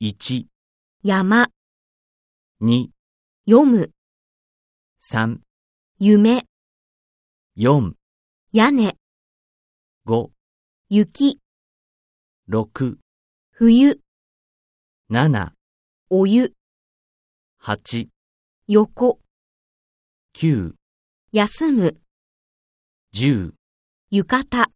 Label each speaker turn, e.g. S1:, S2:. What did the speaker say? S1: 1、
S2: 山、
S1: 2、
S2: 読む、
S1: 3、
S2: 夢、
S1: 4、
S2: 屋根、
S1: 5、
S2: 雪、
S1: 6、
S2: 冬、
S1: 7、
S2: お湯、
S1: 8、
S2: 横、
S1: 9、
S2: 休む、
S1: 10
S2: 浴衣。